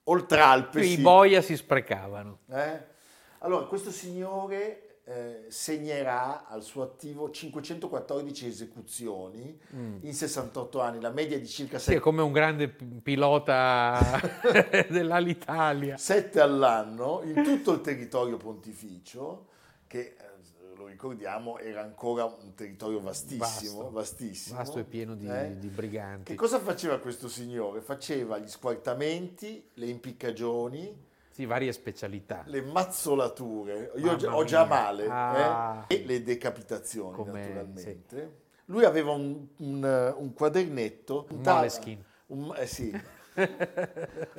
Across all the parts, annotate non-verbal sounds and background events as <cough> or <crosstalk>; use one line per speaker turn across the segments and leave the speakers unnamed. oltralpe
I
si-
boia si sprecavano.
Eh? Allora, questo signore eh, segnerà al suo attivo 514 esecuzioni in 68 anni, la media di circa
Mm. Sì, è
7,
come un grande p- pilota
<laughs>
dell'Alitalia.
all'anno in tutto il territorio pontificio, che eh, lo ricordiamo era ancora un territorio vastissimo,
Vasto.
vastissimo.
Vasto e pieno di,
eh?
di
Che
briganti.
cosa faceva questo signore? Faceva gli squartamenti, le impiccagioni,
Sì, varie specialità.
le mazzolature, io
Mamma
ho già- ho già
mia.
male,
Ah.
eh, e le decapitazioni
Come-
naturalmente. Lui aveva un, un- un quadernetto, puntava-
Moleskine.
un- eh
<laughs>
sì,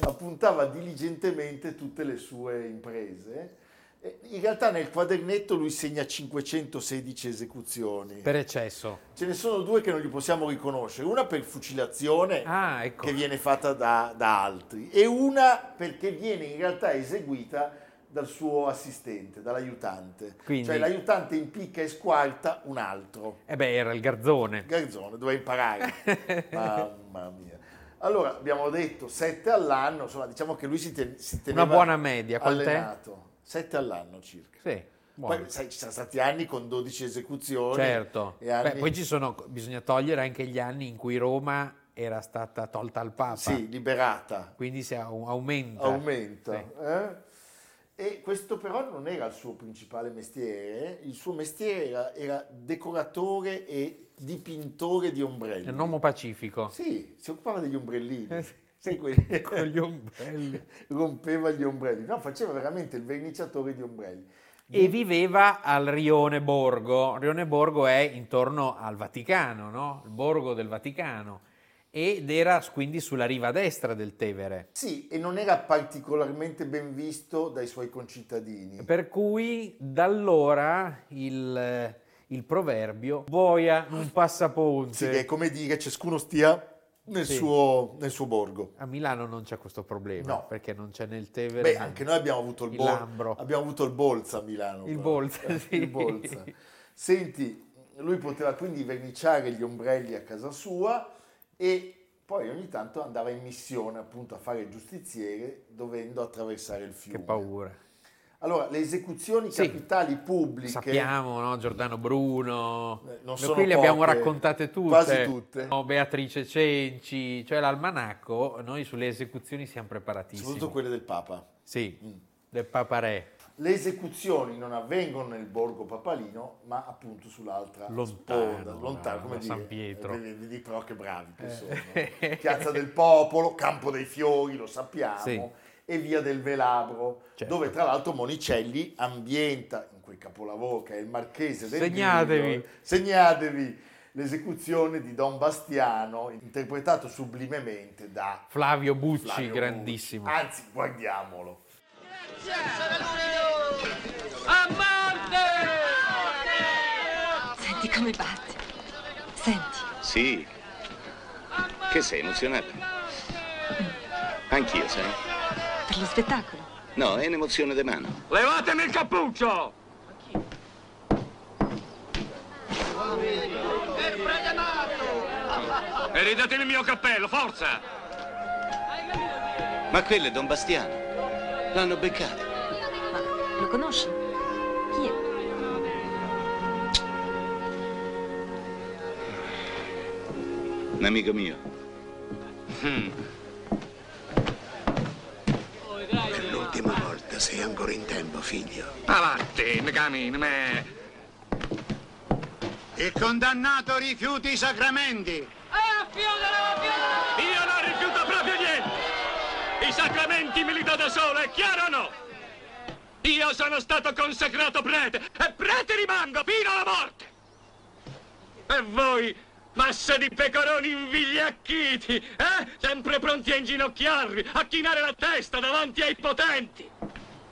appuntava diligentemente tutte le sue imprese. E In realtà nel quadernetto lui segna 516 esecuzioni.
Per eccesso.
Ce ne sono due che non li possiamo riconoscere, una per fucilazione
Ah, ecco.
Eh, che viene fatta da, da altri e una perché viene in realtà eseguita dal suo assistente, dall'aiutante.
Quindi-
Cioè l'aiutante impicca e squarta un altro.
Eh beh, era il garzone. <laughs>
Garzone, doveva imparare. Mamma mia. Allora, abbiamo detto sette all'anno, insomma, diciamo che lui si, ten- si teneva
buona media, quant'è?
allenato. Sette all'anno circa.
Sì, buono.
Poi, sai, ci sono stati anni con 12 esecuzioni.
certo.
e anni-
Beh, poi ci sono, bisogna togliere anche gli anni in cui Roma era stata tolta al Papa,
Sì, liberata.
quindi si au- aumenta.
aumenta.
Sì.
eh? E questo però non era il suo principale mestiere, eh? il suo mestiere era, era decoratore e dipintore di
È un
ombrelli.
uomo pacifico. <laughs>
Sì, si occupava degli ombrellini.
Eh sì.
Sai quelli-
<laughs> Con
<laughs>
gli ombrelli.
Rompeva gli ombrelli. No, faceva veramente il verniciatore di ombrelli.
E viveva al Rione Borgo. Rione Borgo è intorno al Vaticano, no? Il borgo del Vaticano. Ed era quindi sulla riva destra del Tevere.
Sì, e non era particolarmente ben visto dai suoi concittadini.
Per cui da allora il, il proverbio boia non passa ponte.
Sì, che è come dire ciascuno stia nel,
Sì.
suo, nel suo borgo.
A Milano non c'è questo problema,
No.
perché non c'è nel Tevere.
Beh,
né-
anche noi abbiamo avuto il,
Il
Bol-
Lambro.
abbiamo avuto il Bolza a Milano.
Il
però.
Bolza,
Eh,
sì.
il Bolza. Senti, lui poteva quindi verniciare gli ombrelli a casa sua e poi ogni tanto andava in missione appunto a fare il giustiziere dovendo attraversare il fiume.
Che paura.
Allora, le esecuzioni
Sì.
capitali pubbliche...
Sappiamo, no? Giordano Bruno,
Eh, non
Ma
sono
qui le abbiamo
poche,
raccontate tutte,
quasi tutte.
No, Beatrice Cenci, cioè l'almanacco, noi sulle esecuzioni siamo preparatissimi.
Soprattutto quelle del Papa.
Sì,
Mm.
del paparè,
Le esecuzioni non avvengono nel borgo papalino, ma appunto sull'altra
Lontano,
sponda, lontano
da-
come
da
dire.
San Pietro.
Eh, Vedi, vedi però che bravi che
Eh.
sono. Piazza del Popolo, Campo dei Fiori, lo sappiamo,
Sì.
e via del Velabro,
Certo.
dove tra l'altro Monicelli ambienta in quel capolavoro che è il Marchese del
Segnatevi.
Miglio, segnatevi l'esecuzione di Don Bastiano, interpretato sublimemente da
Flavio Bucci,
Flavio
grandissimo.
Bucci. Ah. Anzi, guardiamolo.
A morte!
Senti come batte. Senti.
Sì. Che sei emozionata? Anch'io, sai?
Per lo spettacolo.
No, è un'emozione di mano.
Levatemi il cappuccio! E ridatemi il mio cappello, forza!
Ma quello è Don Bastiano. L'hanno beccato.
Ma lo conosci? Chi è?
Un amico mio.
Hmm.
Per l'ultima volta sei ancora in tempo, figlio.
Avanti, cammini, me!
Il condannato rifiuti i sacramenti.
Ah, fiodalo, fiodalo!
Io non rifiuto proprio niente! I sacramenti mi li do da solo, è chiaro o no? Io sono stato consacrato prete e prete rimango fino alla morte! E voi, massa di pecoroni invigliacchiti, eh? Sempre pronti a inginocchiarvi, a chinare la testa davanti ai potenti!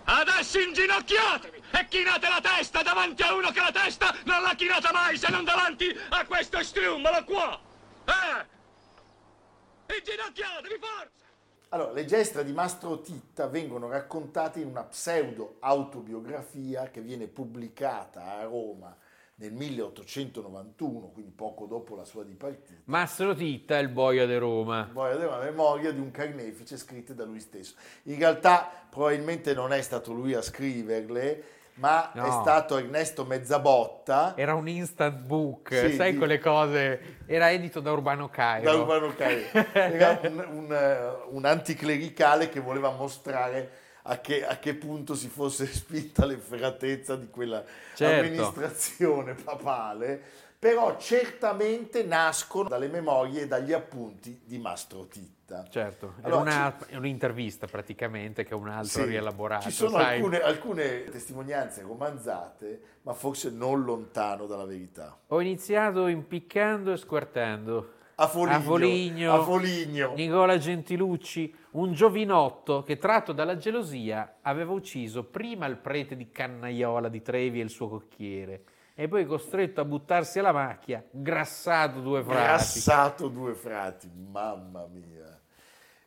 Adesso inginocchiatevi e chinate la testa davanti a uno che la testa non l'ha chinata mai se non davanti a questo strummolo qua! Eh? Inginocchiatevi, forza!
Allora, le gesta di Mastro Titta vengono raccontate in una pseudo autobiografia che viene pubblicata a Roma nel 1891, quindi poco dopo la sua dipartita.
Mastro Titta è il boia di Roma.
Poi aveva la memoria di un carnefice scritte da lui stesso. In realtà probabilmente non è stato lui a scriverle, ma
No.
è stato Ernesto Mezzabotta
Era un instant book,
Sì,
sai
di-
quelle cose, era edito da Urbano Cairo.
da Urbano
<laughs>
Cairo. Era un, un, eh, un anticlericale che voleva mostrare a che, a che punto si fosse <laughs> spinta l'efferatezza di quella
Certo.
amministrazione papale, però certamente nascono dalle memorie e dagli appunti di Mastro Titta.
Certo, era
Allora,
una- un'intervista praticamente che è un altro
Sì,
rielaborato.
Ci sono
sai?
alcune, alcune testimonianze romanzate, ma forse non lontano dalla verità.
Ho iniziato impiccando e squartando.
A Foligno,
a Foligno,
a Foligno.
Nicola Gentilucci, un giovinotto che tratto dalla gelosia aveva ucciso prima il prete di Cannaiola di Trevi e il suo cocchiere e poi costretto a buttarsi alla macchia, grassato due frati.
Grassato due frati, mamma mia.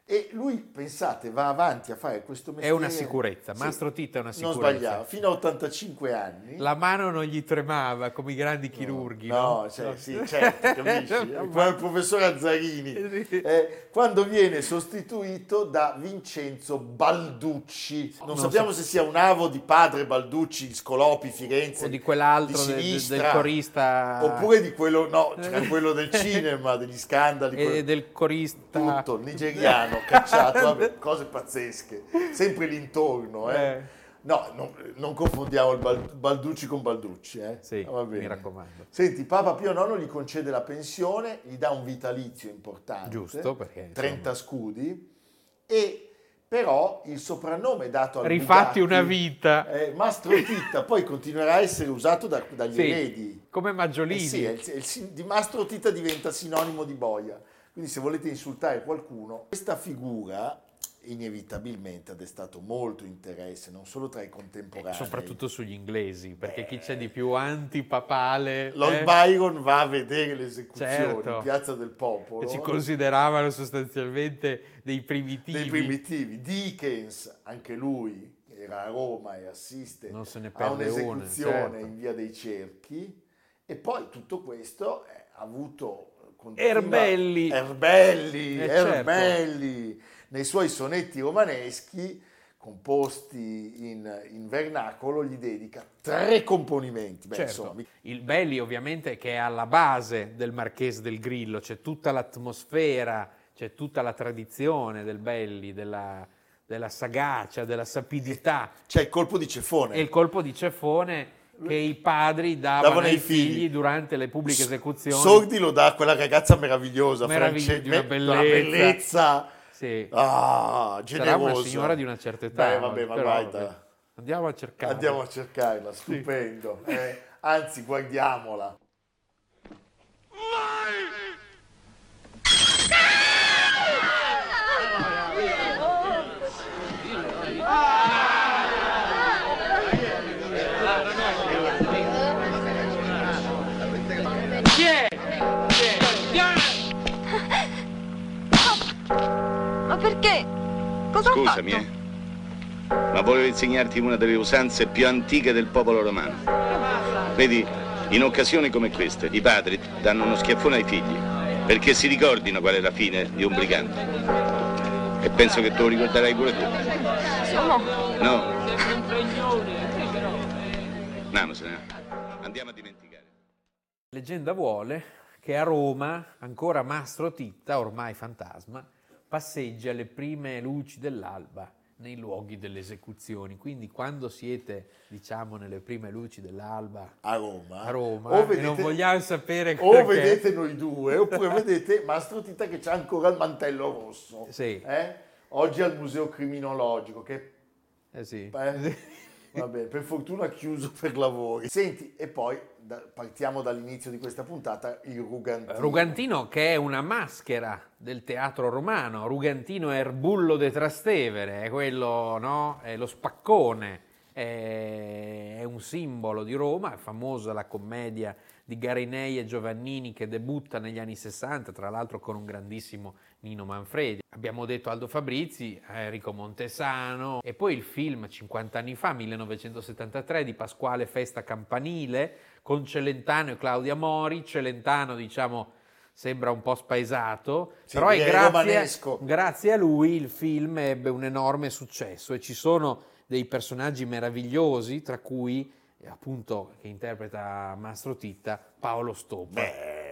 E lui, pensate, va avanti a fare questo
È
mestiere.
una sicurezza, Mastro Tito è una sicurezza.
Non sbagliava, fino a 85 anni.
La mano non gli tremava come i grandi chirurghi.
No,
No,
cioè, sì, certo,
<laughs>
capisci?
No,
Come il professor
<laughs>
Azzarini, Eh, quando viene sostituito da Vincenzo Balducci. Non,
Non
sappiamo se sia un avo di padre Balducci, di Scolopi, Firenze,
O di
di
quell'altro del- del- del
sinistra,
corista.
oppure di quello, no, c'era quello del cinema, degli scandali,
<laughs> E
quel-
del corista.
tutto
<laughs>
nigeriano, cacciato, vabbè, cose pazzesche, sempre l'intorno, eh.
Eh.
No, non, non confondiamo il Bal- Balducci con Balducci, eh.
Sì,
Va bene.
mi raccomando.
Senti, Papa Pio IX gli concede la pensione, gli dà un vitalizio importante,
Giusto, perché, insomma.
30 scudi, e però il soprannome dato al Bugatti,
Rifatti una vita.
eh, Mastro Titta, poi continuerà a essere usato da- dagli
Sì,
eredi.
come Maggiolini.
Eh sì, è il- è il sin- di Mastro Tita diventa sinonimo di boia. Quindi se volete insultare qualcuno, questa figura inevitabilmente ha destato molto interesse, non solo tra i contemporanei.
Soprattutto sugli inglesi, perché chi c'è
Eh.
di più antipapale
Lord
eh,
Byron va a vedere le esecuzioni
Certo.
in Piazza del Popolo.
che ci consideravano sostanzialmente dei primitivi.
dei primitivi. Dickens, anche lui, era a Roma e assiste
Non se ne
a
perde una,
un'esecuzione
certo.
in Via dei Cerchi e poi tutto questo eh, ha avuto continua-
Erbelli.
Erbelli,
Eh,
Erbelli, nei suoi sonetti romaneschi composti in, in vernacolo gli dedica tre componimenti. Beh,
Certo.
insomma,
Il Belli ovviamente che è alla base del Marchese del Grillo, c'è tutta l'atmosfera, c'è tutta la tradizione del Belli, della, della sagacia, della sapidità.
c'è il colpo di ceffone.
E il colpo di ceffone che i padri davano,
Davano ai
ai figli,
figli.
durante le pubbliche esecuzioni.
Sordi lo dà a quella ragazza meravigliosa,
Meravigli-
francese,
di una
me- una
bellezza.
bellezza.
Sì.
Ah, generosa.
Sarà una signora di una certa età.
Beh, vabbè, ma
però,
guarda,
vabbè. Andiamo a cercare.
andiamo a cercarla, stupendo. eh. anzi, guardiamola.
Chi è? Chi è?
Ma perché? Cosa
Scusami,
ho
eh.
fatto?
Ma volevo insegnarti una delle usanze più antiche del popolo romano. Vedi, in occasioni come queste, i padri danno uno schiaffone ai figli perché si ricordino qual è la fine di un brigante. E penso che tu lo ricorderai pure tu.
Sono...
No? No, non se ne va. Andiamo a dimenticare.
Leggenda vuole che a Roma, ancora Mastro Titta, ormai fantasma, passeggia alle prime luci dell'alba nei luoghi delle esecuzioni. Quindi quando siete, diciamo, nelle prime luci dell'alba
A Roma.
a Roma,
O
e non vogliamo sapere
O
perché-
vedete noi due, oppure vedete Mastro Tita che c'ha ancora il mantello rosso.
Sì.
Eh? Oggi al Museo Criminologico, che
Eh sì.
Eh, Va bene, per fortuna ha chiuso per lavori. Senti, e poi da- partiamo dall'inizio di questa puntata, il Rugantino.
Rugantino che è una maschera del teatro romano, Rugantino è Erbullo de Trastevere, è quello, no? È lo spaccone, è, è un simbolo di Roma, è famosa la commedia di Garinei e Giovannini che debutta negli anni 60, tra l'altro con un grandissimo Nino Manfredi. Abbiamo detto Aldo Fabrizi, Enrico Montesano e poi il film 50 anni fa, 1973 di Pasquale Festa Campanile con Celentano e Claudia Mori. Celentano, diciamo, sembra un po' spaesato,
Sì,
però è
direi
grazie,
romanesco.
grazie a lui il film ebbe un enorme successo e ci sono dei personaggi meravigliosi, tra cui eh, appunto che interpreta Mastro Titta, Paolo Stoppa.
ecco. Beh,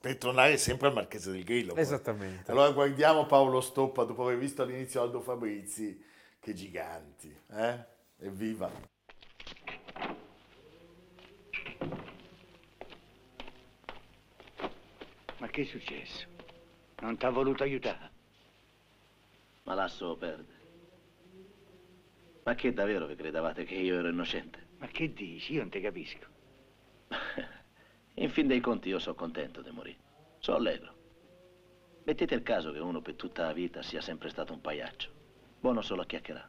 per tornare sempre al Marchese del Grillo. poi.
Esattamente.
Allora guardiamo Paolo Stoppa dopo aver visto all'inizio Aldo Fabrizi, che giganti, eh? Evviva!
Ma che è successo? Non t'ha voluto aiutare?
Ma lasso perde. Ma che davvero vi credevate che io ero innocente?
Ma che dici? Io non ti capisco.
In fin dei conti io sono contento di morire. Sono allegro. Mettete il caso che uno per tutta la vita sia sempre stato un pagliaccio. Buono solo a chiacchierare.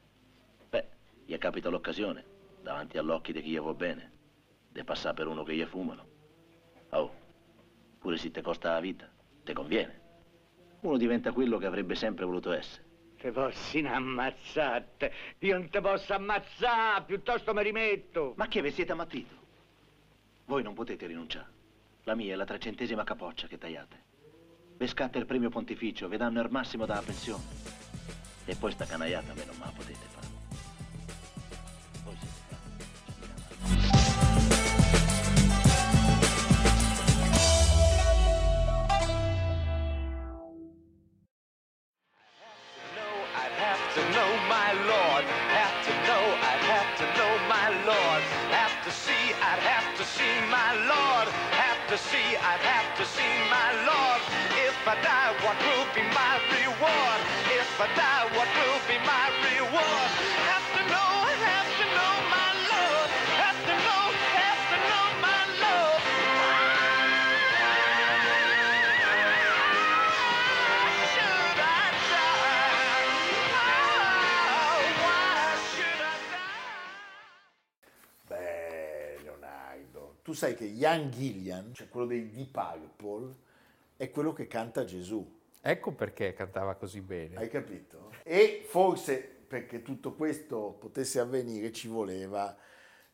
Beh, gli capita l'occasione, davanti all'occhio di chi gli vuole bene, di passare per uno che gli fumano. Oh, pure se ti costa la vita, ti conviene.
uno diventa quello che avrebbe sempre voluto essere.
Te possino ammazzate. Io non te posso ammazzare, piuttosto mi rimetto.
Ma che vi siete ammattito? Voi non potete rinunciare. La mia è la trecentesima capoccia che tagliate. Vi scatta il premio pontificio, vi danno il massimo dalla pensione. E poi sta canaiata voi non me la potete fare. Voi siete qua.
I'd have to know my Lord. Have to know, I'd have to know my Lord. Have to see, I'd have to see my Lord. Have to see, I'd have to see my Lord. If I die, what will be my reward? If I die, what will be my reward? Have to know, have to know my Lord. Have to know, have to know my Lord. Why should I die? Oh, why should I die?
Beh, Leonardo, tu sai che Ian Gillian, cioè quello dei Deep Purple, è quello che canta Gesù.
Ecco perché cantava così bene.
Hai capito? E forse perché tutto questo potesse avvenire ci voleva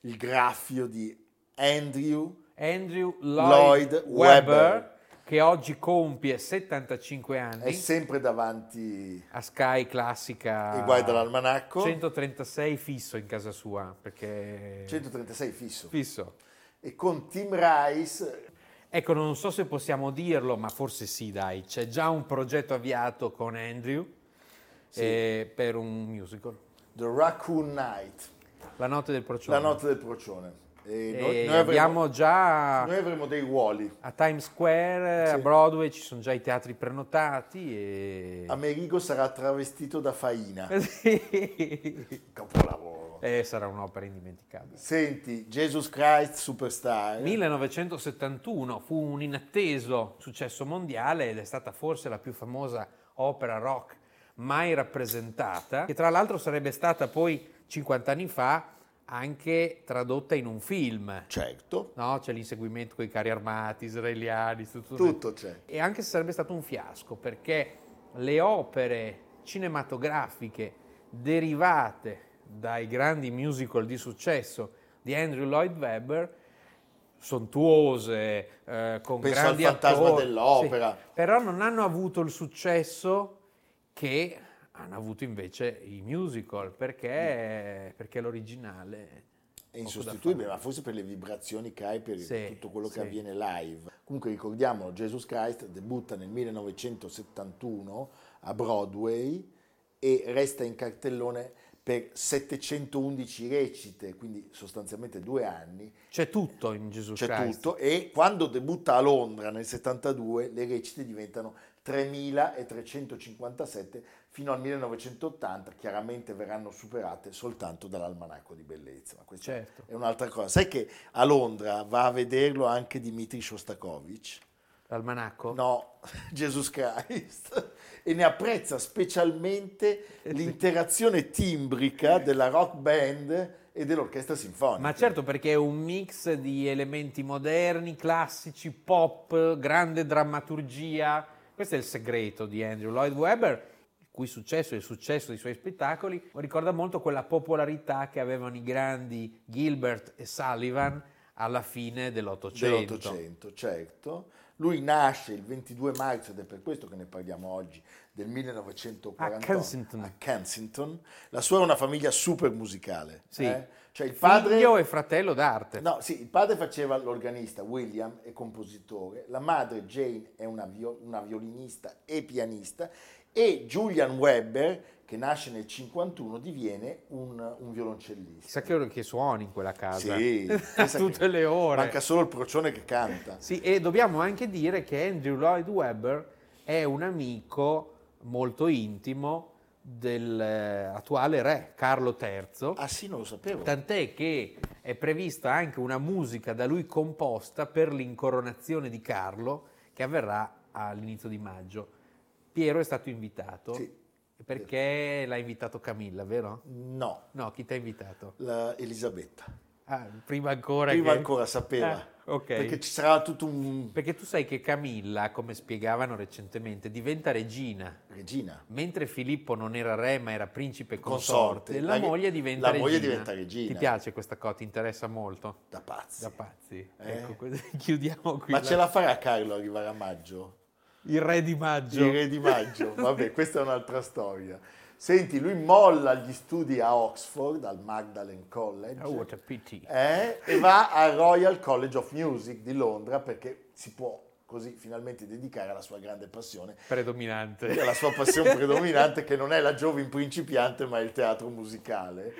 il graffio di Andrew.
Andrew
Lloyd
Lloyd, Webber,
Webber. Eh
che oggi compie 75 anni
È sempre davanti
a Sky Classica.
e guarda l'almanacco.
136 fisso in casa sua, perché
136 fisso.
fisso.
E con Tim Rice,
Ecco, non so se possiamo dirlo, ma forse sì, dai. C'è già un progetto avviato con Andrew eh, per un musical.
The Raccoon Night,
La notte del procione.
la notte del procione. E
Certo. E
noi, noi
abbiamo
avremo,
già
noi avremo dei ruoli.
a Times Square, a
Sì.
Broadway, ci sono già i teatri prenotati e...
Amerigo sarà travestito da Faina.
<laughs> Sì.
Capolavoro.
Eh, sarà un'opera indimenticabile.
Senti, Jesus Christ Superstar.
1971 fu un inatteso successo mondiale ed è stata forse la più famosa opera rock mai rappresentata, che tra l'altro sarebbe stata poi 50 anni fa anche tradotta in un film.
Certo,
No? C'è l'inseguimento con i carri armati israeliani, tutto,
tutto c'è.
e anche se sarebbe stato un fiasco perché le opere cinematografiche derivate dai grandi musical di successo di Andrew Lloyd Webber sontuose eh, con
Penso
grandi
al Fantasma
attori,
dell'Opera.
sì, però non hanno avuto il successo che hanno avuto invece i musical perché, perché l'originale
È
poco da
Mm. insostituibile,
fare.
ma forse per le vibrazioni che hai, per
Sì,
tutto quello
sì.
che avviene live. Comunque ricordiamo, Jesus Christ debutta nel 1971 a Broadway e resta in cartellone per 711 recite, quindi sostanzialmente due anni,
c'è tutto in Gesù
c'è
Christ
tutto, e quando debutta a Londra nel 72 le recite diventano 3.357 fino al 1980, chiaramente verranno superate soltanto dall'almanacco di bellezza. Ma questa
Certo.
è un'altra cosa. Sai che a Londra va a vederlo anche Dimitri Shostakovich?
l'almanacco
No, <laughs> Jesus Christ. E ne apprezza specialmente
Eh
l'interazione timbrica della rock band e dell'orchestra sinfonica.
Ma certo perché è un mix di elementi moderni, classici, pop, grande drammaturgia. Questo è il segreto di Andrew Lloyd Webber, il cui successo e il successo dei suoi spettacoli ricorda molto quella popolarità che avevano i grandi Gilbert e Sullivan alla fine dell'Ottocento.
dell'Ottocento, certo. Lui nasce il 22 marzo, ed è per questo che ne parliamo oggi, del 1948
A Kensington.
a Kensington. La sua è una famiglia super musicale.
Sì.
eh? Cioè il padre...
Figlio e fratello d'arte.
No, sì, il padre faceva l'organista, William è compositore, la madre Jane è una, vio- una violinista e pianista e Julian Webber, che nasce nel 51, diviene un, un violoncellista.
Chissà che, che suoni in quella casa. <laughs>
Sì,
a
pensa che
tutte le ore.
Manca solo il procione che canta.
Sì, e dobbiamo anche dire che Andrew Lloyd Webber è un amico molto intimo dell'attuale re Carlo III.
Ah sì, non lo sapevo.
Tant'è che è prevista anche una musica da lui composta per l'incoronazione di Carlo che avverrà all'inizio di maggio. Piero è stato invitato
Sì.
perché l'ha invitato Camilla, vero?
No,
No, chi ti ha invitato?
la Elisabetta.
Ah, prima ancora
Prima
che-
ancora sapeva.
Eh. Ok.
Perché ci sarà tutto un...
Perché tu sai che Camilla, come spiegavano recentemente, diventa regina.
Regina.
Mentre Filippo non era re ma era principe
Consorte,
consorte, la,
la-
moglie diventa
la
regina.
moglie diventa regina.
Ti piace questa cosa? Ti interessa molto?
Da pazzi.
Da pazzi.
Eh.
Ecco, così <laughs> chiudiamo qui.
Ma
la-
ce la farà Carlo arrivare a maggio?
Il re di maggio.
Il re di maggio.
<laughs>
Vabbè, questa è un'altra storia. Senti, lui molla gli studi a Oxford, al Magdalen College.
Oh, what a pity.
Eh, e va al Royal College of Music di Londra perché si può così finalmente dedicare alla sua grande passione, che è
Predominante.
la sua
<laughs>
passione predominante che non è la giovin principiante ma è il teatro musicale.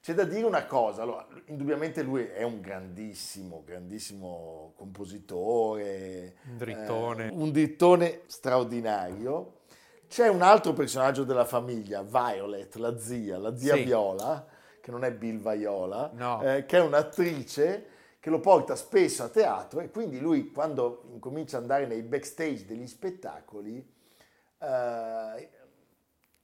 C'è da dire una cosa, allora, indubbiamente lui è un grandissimo, grandissimo compositore,
Un drittone.
eh, un drittone straordinario. C'è un altro personaggio della famiglia, Violet, la zia, la zia
Sì.
Viola, che non è Bill Viola,
No.
eh, che è un'attrice che lo porta spesso a teatro e quindi lui quando incomincia ad andare nei backstage degli spettacoli eh,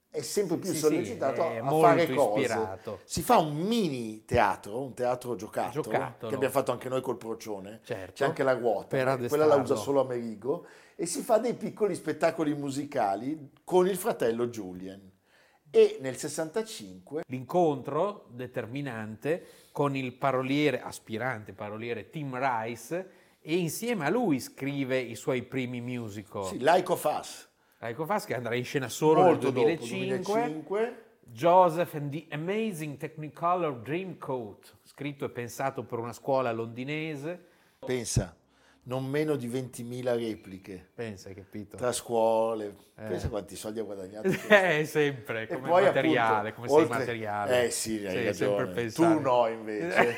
è sempre più
Sì, sì,
sollecitato
è
a- a
molto
fare cose.
ispirato.
Si fa un mini teatro, un teatro giocattolo,
Giocattolo.
che abbiamo fatto anche noi col procione.
Certo.
C'è anche la ruota,
Per
perché quella la usa
addestrarlo.
solo Amerigo e si fa dei piccoli spettacoli musicali con il fratello Julian. E nel 65
L'incontro determinante con il paroliere, aspirante paroliere Tim Rice e insieme a lui scrive i suoi primi musical.
sì, Like of Us,
Ecco Fasca andrà in scena solo
molto
nel 2005,
dopo 2005,
Joseph and the Amazing Technicolor Dreamcoat, scritto e pensato per una scuola londinese.
pensa, non meno di 20.000 repliche
Pensa, hai capito?
tra scuole, pensa quanti soldi ha guadagnato. questo.
<laughs> Eh, sempre, come materiale,
appunto,
come sei
oltre-
materiale.
Eh sì, hai
Sì, sempre
ragione.
pensare.
Tu no,
<laughs>
invece.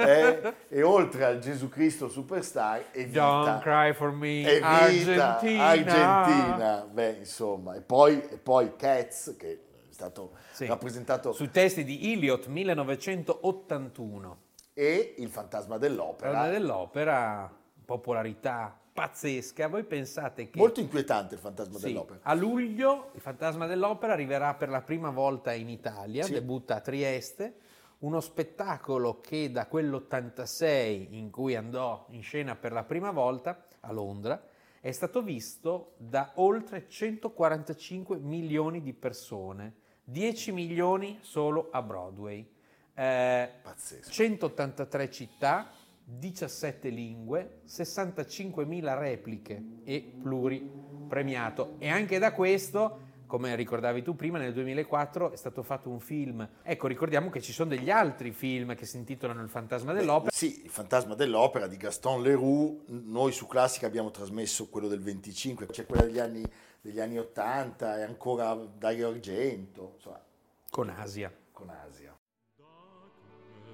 Eh, e oltre al Gesù Cristo Superstar e vita.
Don't cry for me,
E vita,
Argentina.
Argentina. Beh, insomma. E poi, e poi Cats, che è stato
Sì.
rappresentato,
Sui testi di Iliot 1981.
e Il fantasma dell'opera.
Parla dell'opera, popolarità pazzesca. Voi pensate che
Molto inquietante il fantasma
Sì,
dell'opera.
a luglio il Fantasma dell'Opera arriverà per la prima volta in Italia,
Sì.
debutta a Trieste, uno spettacolo che da quell'86 in cui andò in scena per la prima volta a Londra è stato visto da oltre 145 milioni di persone, 10 milioni solo a Broadway. Eh,
Pazzesco.
183 città, 17 lingue, 65.000 repliche e pluripremiato. E anche da questo, come ricordavi tu prima, nel 2004 è stato fatto un film. Ecco, ricordiamo che ci sono degli altri film che si intitolano Il fantasma dell'opera.
Sì, il fantasma dell'opera di Gaston Leroux. Noi su Classica abbiamo trasmesso quello del 25, c'è quella degli anni, degli anni 80 e ancora Dario Argento, insomma,
Con Asia.
con Asia.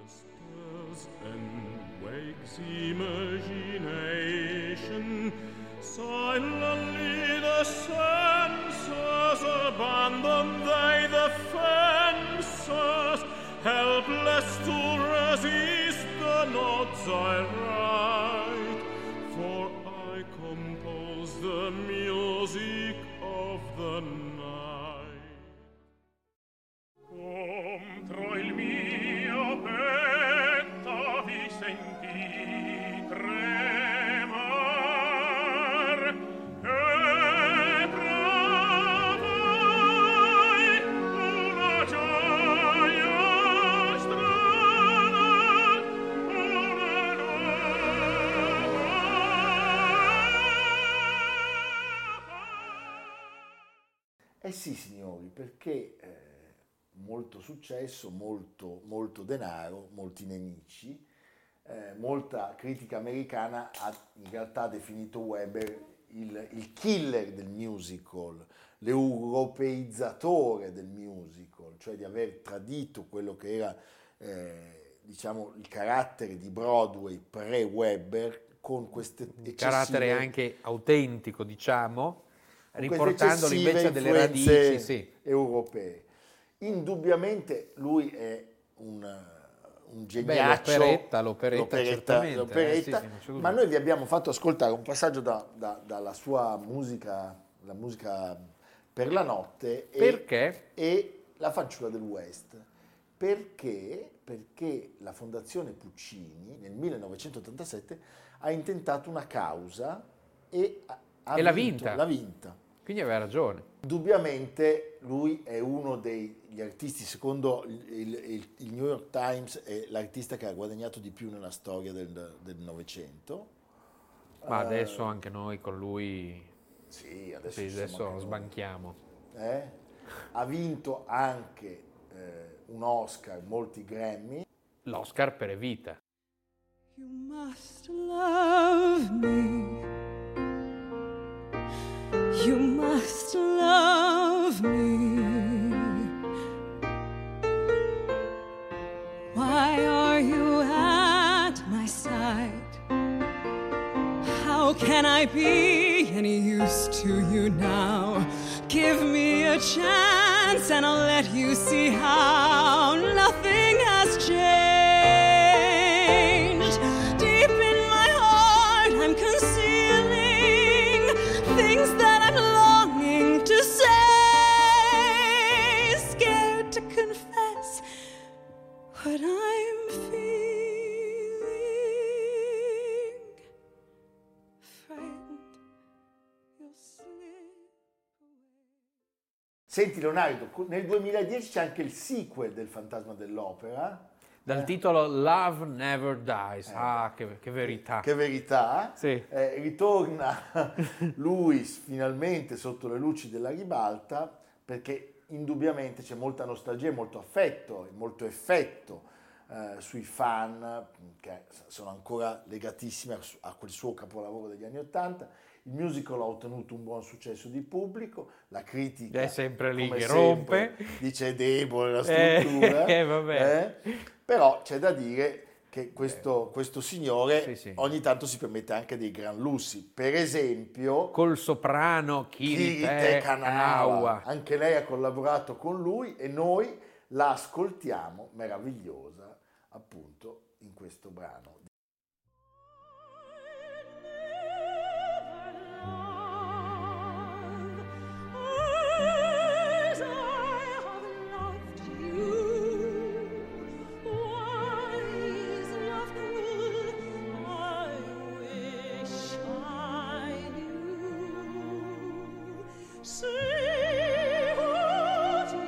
Whispers and wakes imagination. Silently the senses abandon they the fences, helpless to resist the notes I write. For I compose the music of the night. Contro il mio petto vi sentì tremar e provai una gioia strana, una nuova
Eh sì, signori, perché eh, molto successo, molto, molto denaro, molti nemici, eh, molta critica americana ha in realtà definito Weber il, il killer del musical, l'europeizzatore del musical, cioè di aver tradito quello che era eh, diciamo, il carattere di Broadway pre-Weber con queste
Un carattere
eccessive-
anche autentico, diciamo,
con queste
riportandolo
eccessive
invece a delle
influenze
radici. Sì.
europee. Indubbiamente lui è un, un geniaccio.
l'operetta, l'operetta, certamente,
l'operetta,
eh, sì, sì, non c'è dubbio.
ma noi vi abbiamo fatto ascoltare un passaggio da- da- dalla sua musica, la musica per la notte. e-
Perché?
E la fanciulla del West, Perché? Perché la Fondazione Puccini nel 1987 ha intentato una causa e ha, ha
E l'ha
vinto,
vinta.
L'ha vinta.
Quindi aveva ragione.
Indubbiamente lui è uno degli artisti, secondo il, il- il New York Times, è l'artista che ha guadagnato di più nella storia del del Novecento. Ah.
Ma adesso anche noi con lui
Sì, adesso,
sì,
insomma,
adesso
che-
sbanchiamo.
eh? Ha vinto anche eh, un Oscar, molti Grammy.
L'Oscar per Evita.
You must love me. You must love me. Why are you at my side? How can I be any use to you now? Give me a chance and I'll let you see how nothing has changed. Deep in my heart, I'm concealing things that I'm longing to say, scared to confess what I'm feeling friend, you'll slip.
Senti Leonardo, cu- nel 2010 c'è anche il sequel del Fantasma dell'Opera.
Dal titolo Love Never Dies. Ah, che, che verità.
Che verità!
Sì.
Eh, ritorna <laughs> lui s- finalmente sotto le luci della ribalta perché indubbiamente c'è molta nostalgia, e molto affetto e molto effetto eh, sui fan mh, che s- sono ancora legatissimi a, su- a quel suo capolavoro degli anni Ottanta. Il musical ha ottenuto un buon successo di pubblico, la critica
È sempre lì
come
che
sempre,
rompe.
dice "È debole la
Eh,
struttura,
<laughs> eh, vabbè.
eh? però c'è da dire che questo, questo signore
Eh. Sì, sì.
ogni tanto si permette anche dei gran lussi. Per esempio,
Col soprano
Kirite
Kirite
Kanawa,
Kanawa.
anche lei ha collaborato con lui e noi la ascoltiamo meravigliosa appunto in questo brano.
As I have loved you, wise love cruel, I wish I knew. Say what you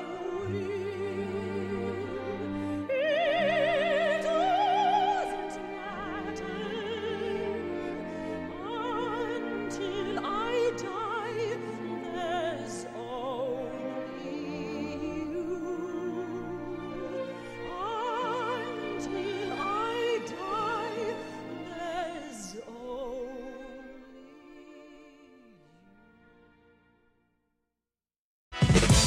will, it doesn't matter until I die. There's only you. Until I die, there's only.